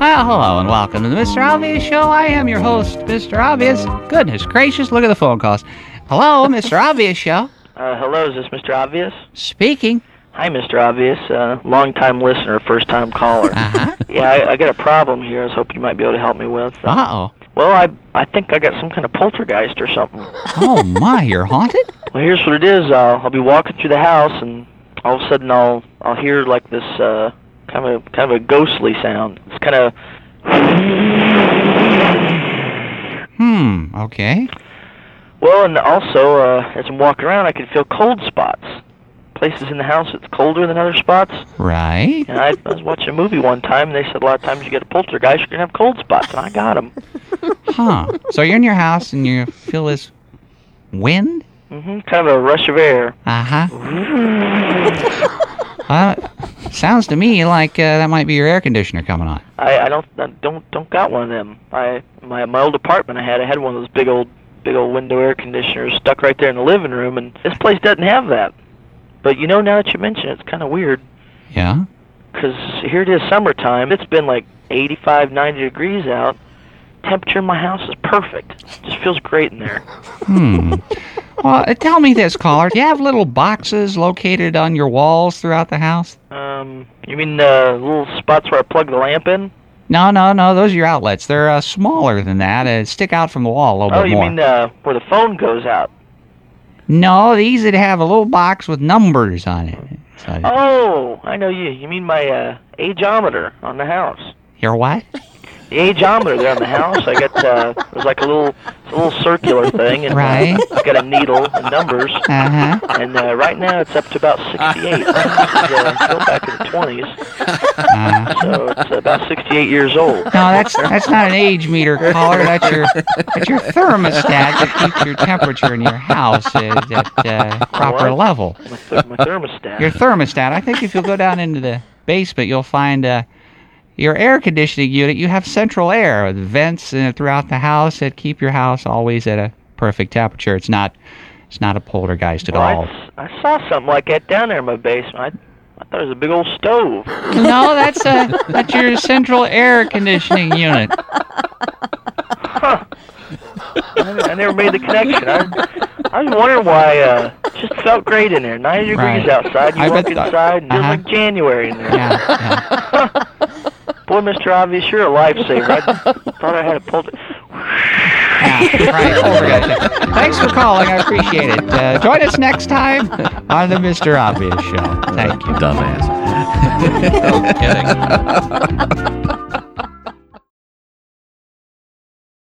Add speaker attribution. Speaker 1: Well, hello and welcome to the Mr. Obvious Show. I am your host, Mr. Obvious. Goodness gracious, look at the phone calls. Hello, Mr. Obvious Show.
Speaker 2: Uh, hello, is this Mr. Obvious?
Speaker 1: Speaking.
Speaker 2: Hi, Mr. Obvious. Uh, long-time listener, first-time caller.
Speaker 1: Uh-huh.
Speaker 2: yeah, I, I got a problem here. I was hoping you might be able to help me with.
Speaker 1: Uh-oh.
Speaker 2: Well, I I think I got some kind of poltergeist or something.
Speaker 1: Oh, my, you're haunted?
Speaker 2: Well, here's what it is. Uh, I'll be walking through the house, and all of a sudden I'll I'll hear like this uh, kind of kind of a ghostly sound. It's kind of
Speaker 1: Hmm, okay.
Speaker 2: well, and also uh, as I'm walking around, I can feel cold spots. Places in the house it's colder than other spots.
Speaker 1: Right.
Speaker 2: And I, I was watching a movie one time, and they said a lot of times you get a poltergeist, you're gonna have cold spots, and I got 'em.
Speaker 1: Huh. So you're in your house and you feel this wind?
Speaker 2: hmm Kind of a rush of air.
Speaker 1: Uh-huh. Uh, sounds to me like uh, that might be your air conditioner coming on.
Speaker 2: I, I don't I don't don't got one of them. I my my old apartment I had I had one of those big old big old window air conditioners stuck right there in the living room, and this place doesn't have that. But you know, now that you mention it, it's kind of weird
Speaker 1: Yeah?
Speaker 2: 'cause here it is summertime. It's been like 85, 90 degrees out. Temperature in my house is perfect. Just feels great in there.
Speaker 1: Hmm. Well, uh, tell me this, caller. Do you have little boxes located on your walls throughout the house?
Speaker 2: Um, you mean uh, little spots where I plug the lamp in?
Speaker 1: No, no, no. Those are your outlets. They're uh, smaller than that. Uh, stick out from the wall a little
Speaker 2: Oh,
Speaker 1: bit
Speaker 2: you
Speaker 1: more.
Speaker 2: mean uh, where the phone goes out?
Speaker 1: No, these that have a little box with numbers on it. So,
Speaker 2: Oh, I know you. You mean my uh, ageometer on the house?
Speaker 1: Your what?
Speaker 2: The ageometer there on the house. I got uh, it was like a little, it's a little circular thing, and
Speaker 1: Right.
Speaker 2: uh, I got a needle and numbers.
Speaker 1: Uh huh.
Speaker 2: And uh, right now it's up to about 68. It was, uh, built back in the 20s,
Speaker 1: Uh,
Speaker 2: so it's about 68 years old.
Speaker 1: no, that's that's not an age meter, caller. That's your that's your thermostat that keeps your temperature in your house at, at uh, proper
Speaker 2: What?
Speaker 1: level.
Speaker 2: My, th- my thermostat.
Speaker 1: Your thermostat. I think if you'll go down into the basement, you'll find uh, your air conditioning unit. You have central air with vents uh, throughout the house that keep your house always at a perfect temperature. It's not it's not a poltergeist at
Speaker 2: Well, I
Speaker 1: all.
Speaker 2: s- I, saw something like that down there in my basement. I, I thought it was a big old stove.
Speaker 1: No, that's a that's your central air conditioning unit.
Speaker 2: Huh. I, I never made the connection. I, I was wondering why. Uh, it just felt great in there. 90 degrees
Speaker 1: Right.
Speaker 2: outside. You
Speaker 1: I
Speaker 2: walk
Speaker 1: bet the-
Speaker 2: inside, and
Speaker 1: uh-huh.
Speaker 2: there's like January in there.
Speaker 1: Yeah, yeah.
Speaker 2: Boy, Mr. Obvious, you're a lifesaver. I thought I had a polter.
Speaker 1: yeah, right. Poltergeist. Thanks for calling. I appreciate it. Uh, join us next time on the Mr. Obvious Show. Thank you.
Speaker 3: Dumbass.
Speaker 1: No kidding.